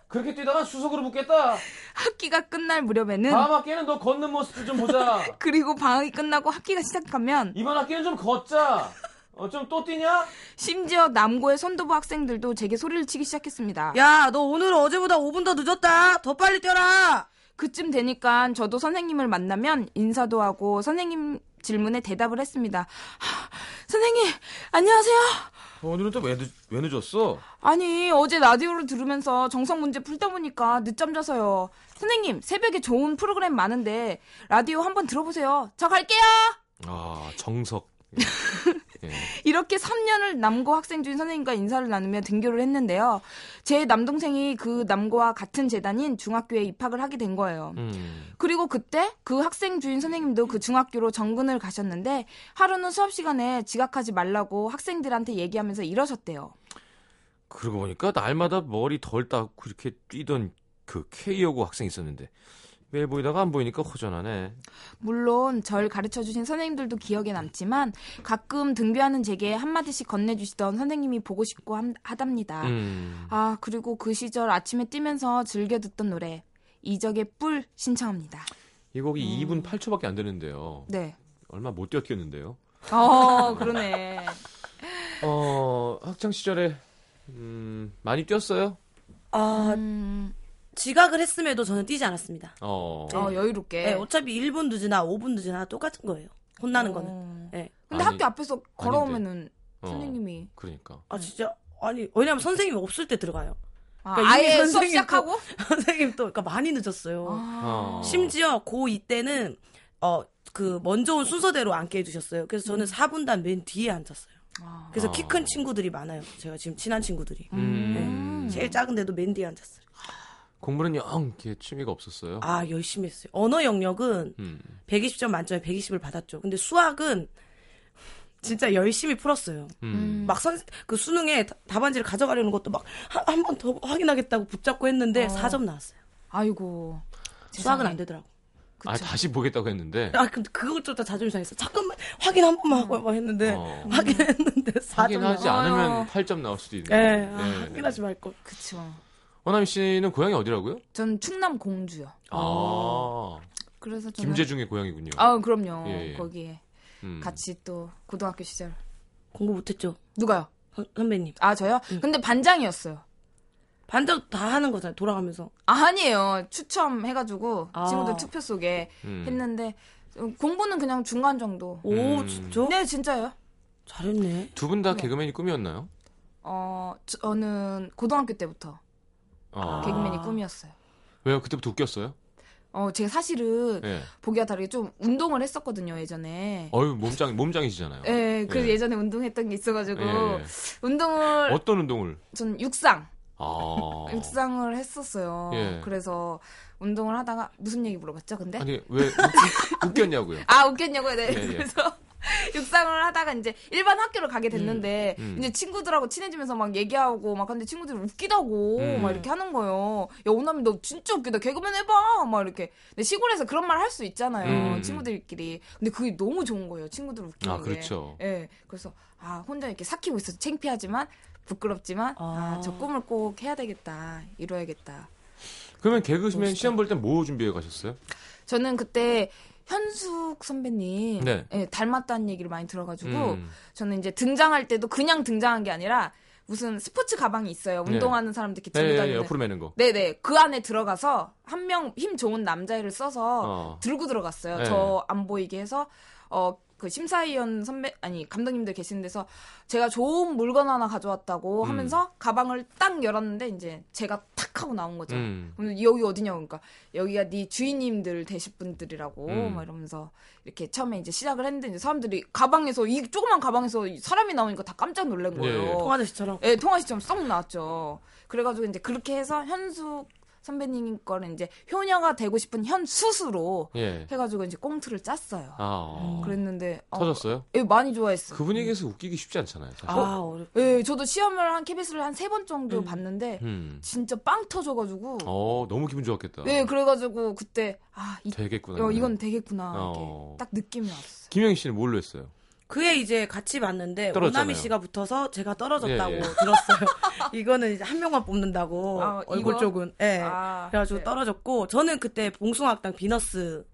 그렇게 뛰다가 수석으로 붙겠다. 학기가 끝날 무렵에는 다음 학기에는 너 걷는 모습 좀 보자. 그리고 방학이 끝나고 학기가 시작하면 이번 학기는 좀 걷자. 어, 좀 또 뛰냐? 심지어 남고의 선도부 학생들도 제게 소리를 치기 시작했습니다. 야, 너 오늘 어제보다 5분 더 늦었다. 더 빨리 뛰어라. 그쯤 되니까 저도 선생님을 만나면 인사도 하고 선생님 질문에 대답을 했습니다. 하, 선생님 안녕하세요. 오늘은 또 왜 늦었어? 아니 어제 라디오를 들으면서 정성 문제 풀다 보니까 늦잠 자서요. 선생님 새벽에 좋은 프로그램 많은데 라디오 한번 들어보세요. 저 갈게요. 아, 정석. 예. 이렇게 3년을 남고 학생 중 선생님과 인사를 나누며 등교를 했는데요. 제 남동생이 그 남고와 같은 재단인 중학교에 입학을 하게 된 거예요. 음. 그리고 그때 그 학생 주인 선생님도 그 중학교로 정근을 가셨는데 하루는 수업 시간에 지각하지 말라고 학생들한테 얘기하면서 이러셨대요. 그러고 보니까 날마다 머리 덜 닦고 이렇게 뛰던 그 K여고 학생 있었는데 매일 보이다가 안 보이니까 허전하네. 물론 절 가르쳐 주신 선생님들도 기억에 남지만 가끔 등교하는 제게 한마디씩 건네주시던 선생님이 보고 싶고 함- 하답니다. 음. 아, 그리고 그 시절 아침에 뛰면서 즐겨 듣던 노래 이적의 뿔 신청합니다. 이 음. 곡이 2분 8초밖에 안 되는데요. 네. 얼마 못 뛰었겠는데요. 어, 그러네. 어, 학창 시절에 음, 많이 뛰었어요? 아, 음, 지각을 했음에도 저는 뛰지 않았습니다. 어. 어, 여유롭게. 네, 어차피 1분 늦으나 5분 늦으나 똑같은 거예요. 혼나는 거는. 어. 네. 근데 아니, 학교 앞에서 걸어오면은 어, 선생님이 그러니까. 아, 진짜? 아니, 왜냐면 선생님이 없을 때 들어가요. 아, 그러니까 이미 아예 수업 선생님 시작하고 선생님 또, 그러니까 많이 늦었어요. 아. 어. 심지어 고2 때는, 어, 그, 먼저 온 순서대로 앉게 해주셨어요. 그래서 저는 4분단 맨 뒤에 앉았어요. 아. 음. 그래서 아. 키 큰 친구들이 많아요. 제가 지금 친한 친구들이. 음. 제일 작은데도 맨 뒤에 앉았어요. 공부는 영 이렇게 취미가 없었어요. 아, 열심히 했어요. 언어 영역은 음. 120점 만점에 120을 받았죠. 근데 수학은 진짜 열심히 풀었어요. 음. 막 선 그 수능에 다- 답안지를 가져가려는 것도 막 한 번 더 확인하겠다고 붙잡고 했는데 4점 나왔어요. 아이고. 수학은 안 되더라고. 아, 다시 보겠다고 했는데. 아 근데 그것조차 자존심 상했어. 잠깐만 확인 한 번만 하고 막 했는데 네. 어. 확인했는데 4점 확인하지 나와. 않으면 8점 나올 수도 있는. 예, 거예요. 아, 네. 확인하지 말 걸. 그쵸. 호남 씨는 고향이 어디라고요? 전 충남 공주요. 아, 그래서 저는 김재중의 고향이군요. 아, 그럼요. 예, 예. 거기에 음. 같이 또 고등학교 시절. 공부 못했죠 누가요? 선- 선배님. 아, 저요? 근데 반장이었어요. 반장 다 하는 거잖아요. 돌아가면서 아니에요. 추첨해가지고 아. 친구들 투표 속에 음. 했는데 어, 공부는 그냥 중간 정도. 오 음. 진짜 네, 진짜요. 잘했네. 두 분 다 개그맨이 꿈이었나요? 어, 저는 고등학교 때부터 어. 아, 개그맨이 꿈이었어요. 왜요? 그때부터 웃겼어요? 어, 제가 사실은 예. 보기와 다르게 좀 운동을 했었거든요, 예전에. 어유 몸짱 몸짱이시잖아요. 예, 그래서 예. 예. 전에 운동했던 게 있어가지고 예. 운동을 어떤 운동을? 전 육상, 아. 육상을 했었어요. 예. 그래서 운동을 하다가 무슨 얘기 물어봤죠, 근데? 아니 왜 웃- 웃겼냐고요? 아 웃겼냐고요. 네. 예, 예. 그래서 육상을 하다가 이제 일반 학교를 가게 됐는데 음, 음. 이제 친구들하고 친해지면서 막 얘기하고 막 근데 친구들이 웃기다고 음. 막 이렇게 하는 거예요. 야 오남이 너 진짜 웃기다. 개그맨 해봐. 막 이렇게. 근데 시골에서 그런 말 할 수 있잖아요. 음, 음. 친구들끼리. 근데 그게 너무 좋은 거예요. 친구들 웃기는 아 게. 그렇죠. 예. 그래서 아 혼자 이렇게 삭히고 있어서 창피하지만 부끄럽지만 아 저 꿈을 꼭 해야 되겠다. 이뤄야겠다. 그러면 개그맨 멋있다. 시험 볼 땐 뭐 준비해 가셨어요? 저는 그때 현숙 선배님 네. 예, 닮았다는 얘기를 많이 들어가지고 음. 저는 이제 등장할 때도 그냥 등장한 게 아니라 무슨 스포츠 가방이 있어요. 네. 운동하는 사람들 이렇게 예, 들고 예, 예, 다니는. 옆으로 매는 거. 네네 그 안에 들어가서 한 명 힘 좋은 남자애를 써서 어. 들고 들어갔어요. 네. 저 안 보이게 해서 어. 그 심사위원 선배 아니 감독님들 계신 데서 제가 좋은 물건 하나 가져왔다고 음. 하면서 가방을 딱 열었는데 이제 제가 탁 하고 나온 거죠. 음. 그럼 여기 어디냐고 그러니까 여기가 네 주인님들 되실 분들이라고 음. 막 이러면서 이렇게 처음에 이제 시작을 했는데 이제 사람들이 가방에서 이 조그만 가방에서 이 사람이 나오니까 다 깜짝 놀란 예, 예. 거예요. 통화자씨처럼 예, 통화시점 쏙 나왔죠. 그래가지고 이제 그렇게 해서 현숙 선배님 거는 이제 효녀가 되고 싶은 현 스스로 예. 해가지고 이제 꽁트를 짰어요. 아. 어. 그랬는데 어, 터졌어요? 예, 많이 좋아했어요. 그 분위기에서 웃기기 쉽지 않잖아요. 사실. 아 어렵 예, 저도 시험을 한 KBS를 한 세 번 정도 봤는데 음. 진짜 빵 터져가지고 어 너무 기분 좋았겠다. 네, 그래가지고 그때 아 이, 되겠구나. 야, 이거는. 이건 되겠구나 이렇게 네. 어. 딱 느낌이 왔어. 김영희 씨는 뭘로 했어요? 그에 이제 같이 봤는데 떨어졌잖아요. 오나미 씨가 붙어서 제가 떨어졌다고 예, 예. 들었어요. 이거는 이제 한 명만 뽑는다고 아, 얼굴 이거? 쪽은 예. 아, 그래가지고 네. 떨어졌고 저는 그때 봉숭아학당 비너스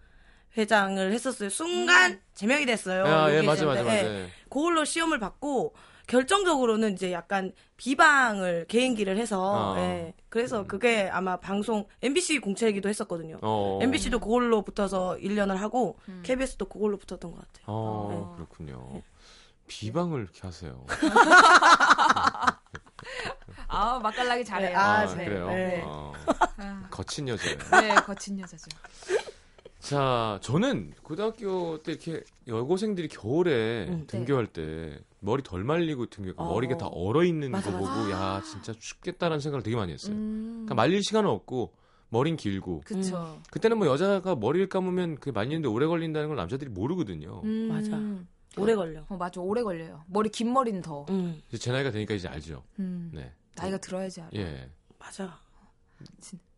회장을 했었어요. 순간 제명이 됐어요. 아, 예, 여기 맞아, 맞아, 있었는데, 맞아. 예. 그걸로 시험을 받고 결정적으로는 이제 약간 비방을 개인기를 해서 아. 예. 그래서 그게 아마 방송 MBC 공채이기도 했었거든요. 어. MBC도 그걸로 붙어서 1년을 하고 음. KBS도 그걸로 붙었던 것 같아요. 어, 그렇군요. 비방을 이렇게 하세요. 아 맛깔나게 잘해요. 아, 네. 그래요? 네. 어, 거친 여자예요. 네, 거친 여자죠. 자, 저는 고등학교 때 이렇게 여고생들이 겨울에 등교할 때 머리 덜 말리고 등교하고 어. 머리가 다 얼어 있는 맞아, 거 보고 맞아. 야 진짜 춥겠다라는 생각을 되게 많이 했어요. 음, 그러니까 말릴 시간은 없고 머린 길고 그쵸. 그때는 뭐 여자가 머리를 감으면 그 말리는데 오래 걸린다는 걸 남자들이 모르거든요. 음, 맞아. 오래 걸려. 어, 맞아, 오래 걸려요. 머리 긴 머리는 더. 음, 이제 제 나이가 되니까 이제 알죠. 음, 네, 나이가 들어야지 알아. 예, 맞아.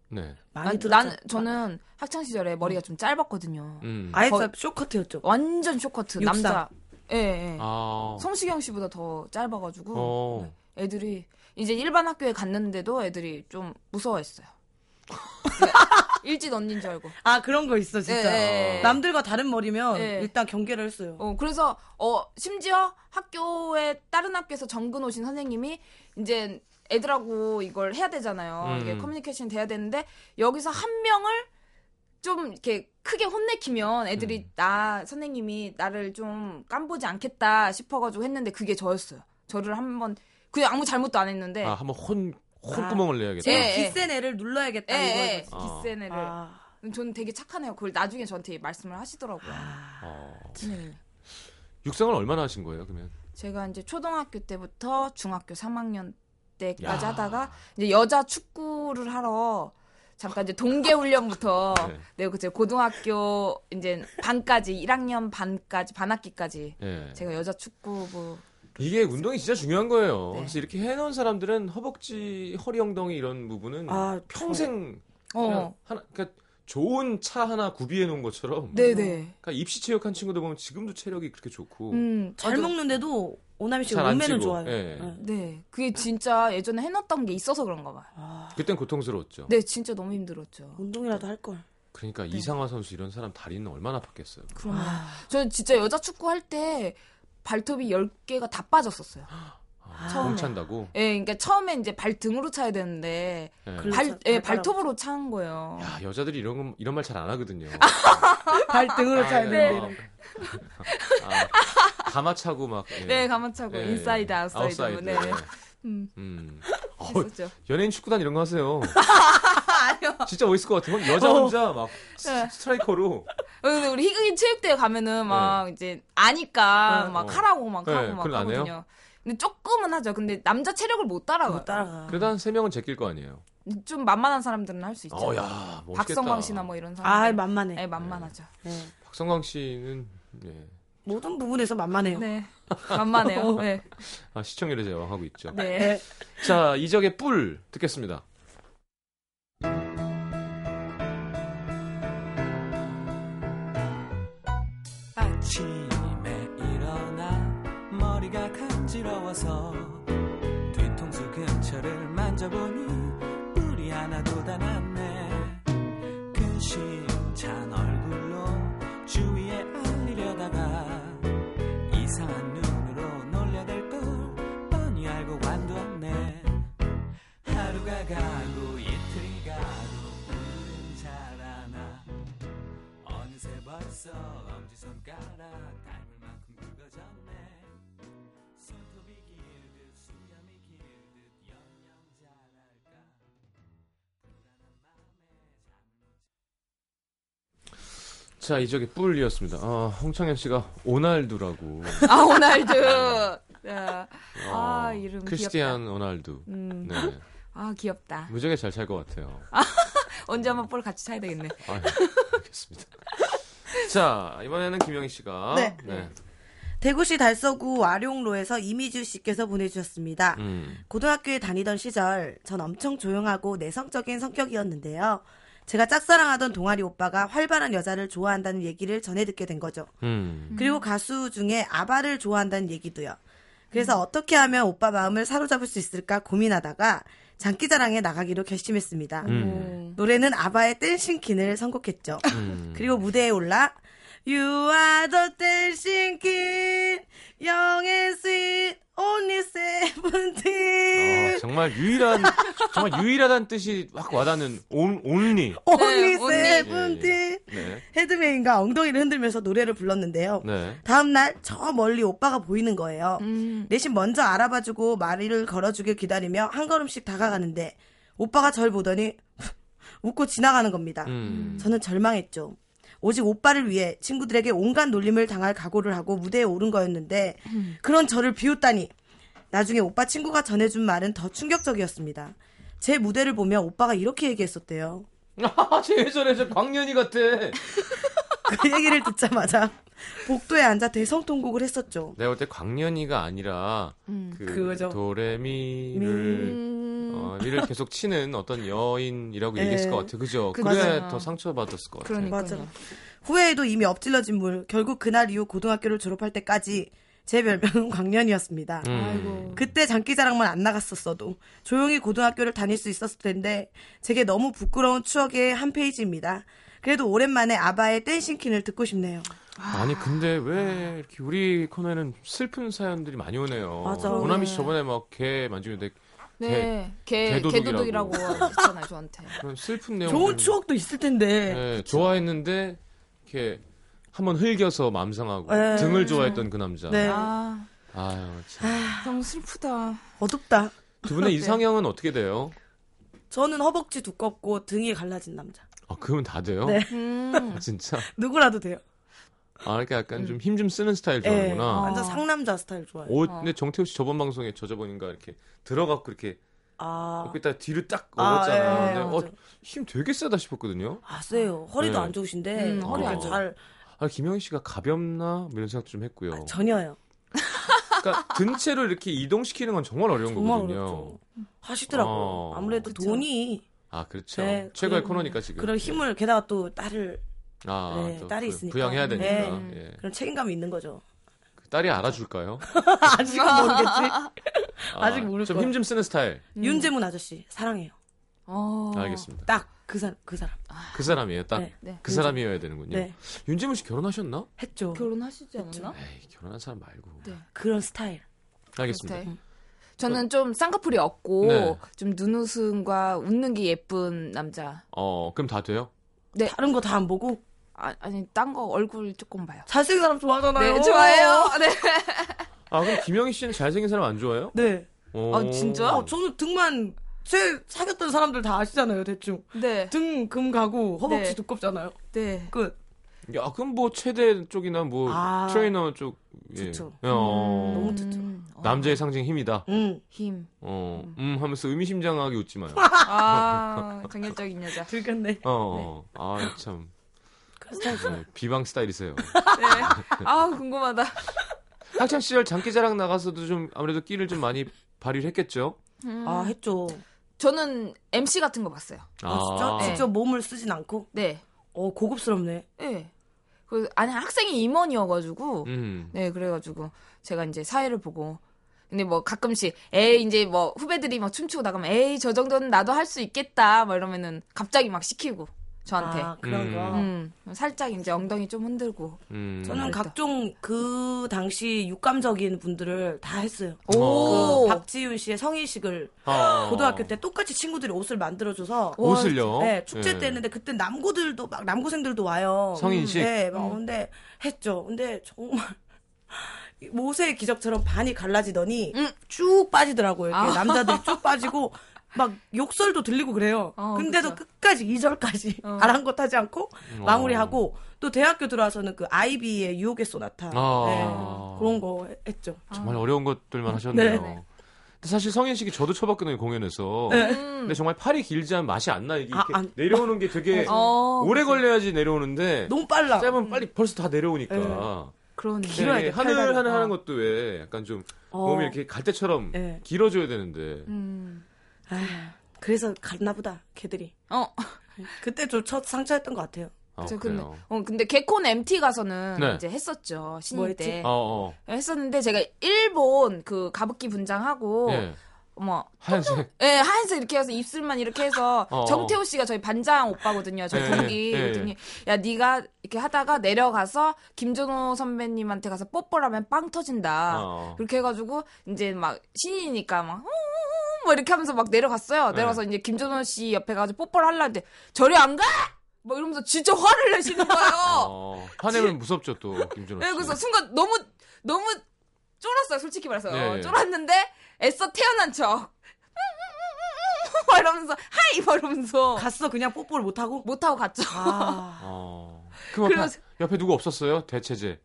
네, 많이 난, 들었죠. 난 저는 학창 시절에 머리가 좀 짧았거든요. 음, 아예 거의- 쇼커트였죠. 완전 쇼커트 육상. 남자. 예, 예. 아, 성시경 씨보다 더 짧아가지고 어, 애들이 이제 일반 학교에 갔는데도 애들이 좀 무서워했어요. 네. 일진 언니인 줄 알고. 아 그런 거 있어 진짜. 예, 예. 남들과 다른 머리면 예. 일단 경계를 했어요. 어, 그래서 어 심지어 학교에 다른 학교에서 정근 오신 선생님이 이제 애들하고 이걸 해야 되잖아요. 음. 이게 커뮤니케이션 이 돼야 되는데 여기서 한 명을 좀 이렇게 크게 혼내키면 애들이 나 선생님이 나를 좀 깜보지 않겠다 싶어가지고 했는데 그게 저였어요. 저를 한번 그냥 아무 잘못도 안 했는데 아 한번 혼 혼구멍을 내야겠다. 예, 예. 기센 애를 눌러야겠다 예, 예, 이거. 아. 기센 애를. 아, 저는 되게 착하네요. 그걸 나중에 저한테 말씀을 하시더라고요. 어. 네. 육상을 얼마나 하신 거예요, 그러면? 제가 이제 초등학교 때부터 중학교 3학년 때까지 야. 하다가 이제 여자 축구를 하러 잠깐 이제 동계 훈련부터 네. 네, 그제 고등학교 이제 반까지 1학년 반까지 반학기까지 예. 어, 제가 여자 축구부 뭐 이게 운동이 진짜 중요한 거예요. 네. 그래서 이렇게 해놓은 사람들은 허벅지, 허리, 엉덩이 이런 부분은 아, 음. 평생 그냥 어. 하나, 그러니까 좋은 차 하나 구비해 놓은 것처럼. 네, 네. 그러니까 입시 체육한 친구들 보면 지금도 체력이 그렇게 좋고. 음. 잘 맞아. 먹는데도 오나미 잘 씨가 안 찌고, 몸매는 좋아요. 예. 예. 네. 그게 진짜 예전에 해 놨던 게 있어서 그런가 봐요. 그땐 고통스러웠죠. 네, 진짜 너무 힘들었죠. 운동이라도 할 걸. 그러니까 이상화 선수 이런 사람 다리는 얼마나 아팠겠어요. 그럼요. 저는 진짜 여자 축구 할 때 발톱이 10개가 다 빠졌었어요. 아, 처음에. 찬다고. 예, 그러니까 처음에 이제 발등으로 차야 되는데 예. 글로 발, 차- 예, 발가락. 발톱으로 찬 거예요. 야, 여자들이 이런 건- 이런 말 잘 안 하거든요. 아, 발등으로 아, 네. 잘 예, 되는데. 막- 아, 가마차고 막. 예. 네, 가마차고 예, 인사이드 예. 아웃사이드. 아웃사이드, 네. 예. 음. 음. 했었죠. 연예인 축구단 이런 거 하세요. 진짜 멋있을 것 같아요. 뭐 여자 혼자 막 스- 어. 네. 스트라이커로. 어, 근데 우리 희극인 체육대회 예. 가면은 막 이제 아니까 막 어. 하라고 막 네, 하고 막 그건 안 해요? 하거든요. 근데 조금은 하죠. 근데 남자 체력을 못 따라가요. 못 따라가. 그래도 한 세 명은 제낄 거 아니에요. 좀 만만한 사람들은 할 수 있죠. 어, 야, 멋있겠다. 박성광 씨나 뭐 이런 사람. 아, 만만해. 네, 만만하죠. 네. 박성광 씨는 예. 모든 부분에서 만만해요. 네. 만만해요. 네. 아, 시청률의 제왕하고 있죠. 네. 자, 이적의 뿔 듣겠습니다. 아침에 일어나 머리가 간지러워서 뒤통수 근처를 만져보니 뿔이 하나 돋아났네 근심찬 얼굴로 주위에 알리려다가 이상한 눈으로 놀려댈 걸 뻔히 알고 완두었네 하루가 가고 이틀이 가고 뿔은 자라나 어느새 벌써 엄지손가락 닮을 만큼 굵어졌네 손톱이 길듯 수염이 길듯 영영 자랄까 불안한 마음에 잠을 못 자, 이적의 뿔이었습니다. 아, 홍창현 씨가 오날두라고. 아, 오날드. 네. 어, 아, 이름 크리스티안 오날두. 음. 네. 아, 귀엽다. 무지하게 잘 찰 것 같아요. 언제 한번 볼 같이 차야 되겠네. 아, 알겠습니다. 자, 이번에는 김영희 씨가 네. 네. 대구시 달서구 아룡로에서 이미주 씨께서 보내주셨습니다. 음. 고등학교에 다니던 시절 전 엄청 조용하고 내성적인 성격이었는데요. 제가 짝사랑하던 동아리 오빠가 활발한 여자를 좋아한다는 얘기를 전해 듣게 된 거죠. 음. 그리고 가수 중에 아바를 좋아한다는 얘기도요. 그래서 음. 어떻게 하면 오빠 마음을 사로잡을 수 있을까 고민하다가 장기자랑에 나가기로 결심했습니다. 음. 노래는 아바의 댄싱퀸을 선곡했죠. 음. 그리고 무대에 올라 You are the dancing kid, young and sweet, only 아, seventeen. 정말 유일한 정말 유일하다는 뜻이 확 와닿는 온 온리. only only. seventeen. 네. 헤드뱅잉과 엉덩이를 흔들면서 노래를 불렀는데요. 네. 다음날 저 멀리 오빠가 보이는 거예요. 음. 내심 먼저 알아봐주고 말을 걸어주길 기다리며 한 걸음씩 다가가는데 오빠가 절 보더니 웃고 지나가는 겁니다. 음. 저는 절망했죠. 오직 오빠를 위해 친구들에게 온갖 놀림을 당할 각오를 하고 무대에 오른 거였는데 그런 저를 비웃다니 나중에 오빠 친구가 전해준 말은 더 충격적이었습니다. 제 무대를 보며 오빠가 이렇게 얘기했었대요. 음. 아, 제 예전에 저 광년이 같아. 그 얘기를 듣자마자 복도에 앉아 대성통곡을 했었죠. 내가 볼 때 광년이가 아니라 음, 그 그거죠. 도레미를 어, 미를 계속 치는 어떤 여인이라고 얘기했을 예. 것 같아. 그죠? 네. 그- 그래 맞아요. 더 상처받았을 것 같아. 그러니까요. 맞아. 후회에도 이미 엎질러진 물. 결국 그날 이후 고등학교를 졸업할 때까지 제 별명은 광년이었습니다. 음. 그때 장기자랑만 안 나갔었어도 조용히 고등학교를 다닐 수 있었을 텐데 제게 너무 부끄러운 추억의 한 페이지입니다. 그래도 오랜만에 아바의 댄싱퀸을 듣고 싶네요. 아니 근데 왜 이렇게 우리 코너에는 슬픈 사연들이 많이 오네요. 맞아. 오나미 씨 저번에 막 개 만지는데 네. 개, 개도둑이라고. 개도둑이라고 했잖아요, 저한테. 그런 슬픈 내용. 좋은 추억도 있을 텐데. 네, 좋아했는데 이렇게 한번 흘겨서 맘상하고 네. 등을 좋아했던 그 남자. 네. 아, 아유 참. 너무 슬프다. 어둡다. 두 네. 분의 이상형은 어떻게 돼요? 저는 허벅지 두껍고 등이 갈라진 남자. 아 그러면 다 돼요? 네. 음. 아, 진짜. 누구라도 돼요. 아 이렇게 음. 약간 좀 힘 좀 쓰는 스타일 예. 좋아하는구나. 완전 상남자 스타일 좋아해요. 그 오, 근데 정태호 씨 저번 방송에 저 저번인가 이렇게 들어갖고 이렇게 아, 갖고 있다 뒤를 딱 아, 업었잖아. 예, 근데 어, 맞아. 힘 되게 세다 싶었거든요. 아세요. 허리도 네. 안 좋으신데 음, 허리 어. 안 잘. 아 김영희 씨가 가볍나 뭐 이런 생각도 좀 했고요. 아, 어. 전혀요. 그러니까 든 채로 이렇게 이동시키는 건 정말 어려운 정말 거거든요. 어렵죠. 하시더라고요. 어. 아무래도 그쵸. 돈이 아 그렇죠. 네, 최고의 그런- 코너니까 지금. 그런 힘을 게다가 또 딸을 아, 네, 또 딸이 그 있으니까. 부양해야 되니까. 네. 예. 그런 책임감이 있는 거죠. 그 딸이 알아줄까요? 아직은 모르겠지. 아, 아직 모를 좀 거야. 힘 좀 쓰는 스타일. 음. 윤재문 아저씨 사랑해요. 어. 알겠습니다. 딱 그 사람 그 사람. 그 사람이에요. 딱 그 네, 네. 사람이어야 되는군요. 네 윤지문 씨 결혼하셨나? 했죠. 결혼하시지 않았나? 에이, 결혼한 사람 말고. 네. 그런 스타일. 알겠습니다. 스타일. 네. 저는 좀 쌍꺼풀이 없고 네. 좀 눈웃음과 웃는 게 예쁜 남자. 어, 그럼 다 돼요? 다른 거 다 안 보고 아, 아니 딴 거 얼굴 조금 봐요. 잘생긴 사람 좋아하잖아요. 네, 좋아요. 네. 아, 그럼 김영희 씨는 잘생긴 사람 안 좋아해요? 네. 어, 아, 진짜요? 어, 저는 등만 제 사귀었던 사람들 다 아시잖아요, 대충. 네. 등, 금 가고 허벅지 네. 두껍잖아요. 네. 끝. 야, 그럼 뭐 최대 쪽이나 뭐 아. 트레이너 쪽. 예. 좋죠. 어, 너무 좋죠. 음, 어, 남자의 상징 힘이다. 음. 네. 힘. 어, 음 하면서 의미심장하게 웃지 마요. 아, 강렬적인 여자. 즐겼네. 어, 어, 아, 참. 네, 비방 스타일이세요. 네. 아, 궁금하다. 학창 시절 장기자랑 나가서도 좀 아무래도 끼를 좀 많이 발휘를 했겠죠. 아, 했죠. 음. 저는 MC 같은 거 봤어요. 아, 진짜? 네. 직접 몸을 쓰진 않고? 네. 어, 고급스럽네. 예. 그 아니 학생이 임원이어가지고 음. 네 그래가지고 제가 이제 사회를 보고 근데 뭐 가끔씩 에이 이제 뭐 후배들이 막 춤추고 나가면 에이 저 정도는 나도 할 수 있겠다 막 이러면은 갑자기 막 시키고 저한테 아, 그런 음. 거. 음 살짝 이제 엉덩이 좀 흔들고 음. 저는 알겠다. 각종 그 당시 육감적인 분들을 다 했어요. 오 그 박지윤 씨의 성인식을 아. 고등학교 때 똑같이 친구들이 옷을 만들어줘서 옷을요? 네, 축제 때 예. 했는데 그때 남고들도 막 남고생들도 와요. 성인식? 음. 네, 막 근데 했죠. 근데 정말 이 모세의 기적처럼 반이 갈라지더니 음. 쭉 빠지더라고요. 이렇게 아. 남자들이 쭉 빠지고 막 욕설도 들리고 그래요. 어, 근데도 그쵸. 어. 끝까지 2절까지 아랑곳하지 않고 네. 어. 마무리하고 또 대학교 들어와서는 그 아이비의 유혹의 소나타 아. 네, 그런 거 했죠. 정말 어려운 것들만 하셨네요. 네. 네. 근데 사실 성인식이 저도 처박근을 공연해서 음. 근데 정말 팔이 길지 않으면 맛이 안 나. 이게 아, 이렇게 안- 내려오는 게 되게 어, 오래 걸려야지 내려오는데 너무 빨라. 짧으면 빨리 벌써 다 내려오니까. 그러네 네, 길어야 돼, 하늘 팔다리가. 하늘 하는 것도 왜 약간 좀 어. 몸이 이렇게 갈대처럼 네. 길어져야 되는데. 음. 아, 그래서 갔나 보다 걔들이. 네. 어 그때 좀 첫 상처였던 것 같아요. 아, 저 근데 그래요. 어 근데 개콘 MT 가서는 네. 이제 했었죠 뭐 신인 했지? 때 어, 어. 했었는데 제가 일본 그 가부키 분장하고 예. 뭐 하얀색. 예, 하얀색 이렇게 해서 입술만 이렇게 해서 어, 어. 정태호 씨가 저희 반장 오빠거든요. 저희 예, 동기. 예, 예. 그랬더니 야, 네가 이렇게 하다가 내려가서 김준호 선배님한테 가서 뽀뽀라면 빵 터진다. 어. 그렇게 해 가지고 이제 막 신인이니까 막 "어어어" 뭐 이렇게 하면서 막 내려갔어요. 네. 내려가서 이제 김준호 씨 옆에 가서 뽀뽀를 하려 는데 저리 안 가! 막 이러면서 진짜 화를 내시는 거예요. 어. 화내면 무섭죠 또 김준호 씨. 예, 그래서 순간 너무 너무 쫄았어요. 솔직히 말해서 예, 어, 예. 쫄았는데 애써 태어난 척. 막 이러면서 하이 막 이러면서 갔어 그냥 뽀뽀를 못 하고. 못 하고 갔죠. 아, 어. 그 옆에, 그래서- 옆에 누구 없었어요? 대체제.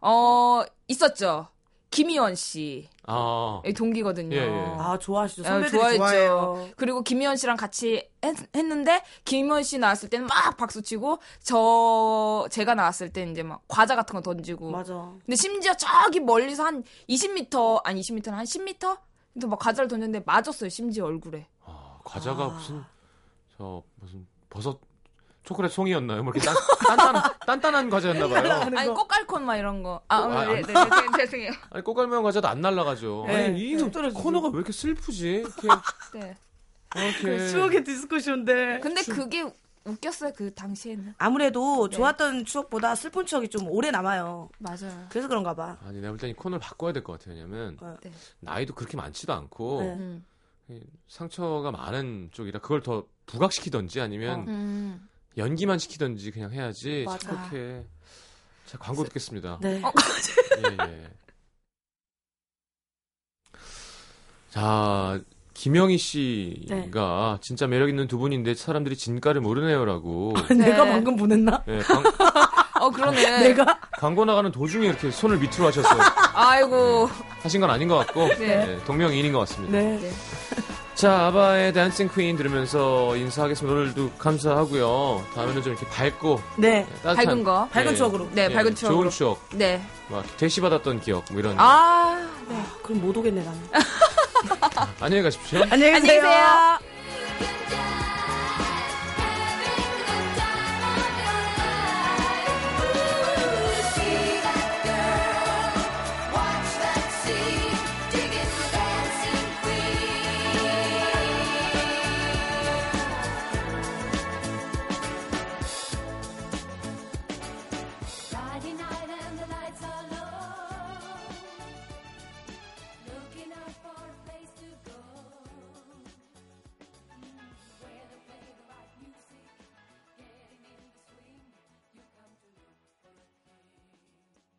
어 있었죠. 김희원 씨 아. 여기 동기거든요. 예, 예. 아 좋아하시죠 어, 선배들이 좋아해요. 그리고 김희원 씨랑 같이 했, 는데 김희원 씨 나왔을 때는 막 박수 치고 저 제가 나왔을 때는 이제 막 과자 같은 거 던지고 맞아. 근데 심지어 저기 멀리서 한 20m, 아니 20m는 한 10m? 근데 막 과자를 던졌는데 맞았어요, 심지어 얼굴에. 아, 과자가 무슨 저 무슨 버섯 초콜릿 송이였나요? 뭐 이렇게 딴, 딴딴, 딴딴한 과자였나 봐요. 아니, 꽃갈콘 막 이런 거. 아, 아, 네, 네, 네, 죄- 죄송해요. 아니 꼬깔면 과자도 안 날라가죠. 네. 아니 이 코너가 왜 이렇게 슬프지? 이렇게 네. 이렇게 네, 추억의 디스코쇼인데. 근데 그게 웃겼어요, 그 당시에는. 아무래도 좋았던 추억보다 슬픈 추억이 좀 오래 남아요. 맞아요. 그래서 그런가 봐. 아니 내가 볼 땐 이 코너를 바꿔야 될 것 같아요. 왜냐면 네. 나이도 그렇게 많지도 않고 네. 음. 이 상처가 많은 쪽이라 그걸 더 부각시키던지 아니면 연기만 시키던지 그냥 해야지 어. 맞아. 자꾸 이렇게 자 광고 듣겠습니다. 네. 예, 예. 자, 김영희 네. 씨가 진짜 매력 있는 두 분인데 사람들이 진가를 모르네요라고. 내가 방금 보냈나? 예, 광, 어, 그러네. 내가? 광고 나가는 도중에 이렇게 손을 밑으로 하셔서 아이고. 하신 건 아닌 것 같고 네. 예, 동명이인인 것 같습니다. 네. 자, 아바의 댄싱 퀸 들으면서 인사하겠습니다. 오늘도 감사하고요. 다음에는 좀 이렇게 밝고 네. 예, 따뜻한 밝은 거. 밝은 예, 추억으로. 네, 예, 밝은 추억으로. 좋은 추억, 네. 막 대시받았던 기억 뭐 이런. 아, 네. 그럼 못 오겠네 나는. 안녕히 가십시오. 안녕히 안녕히 계세요. Mm,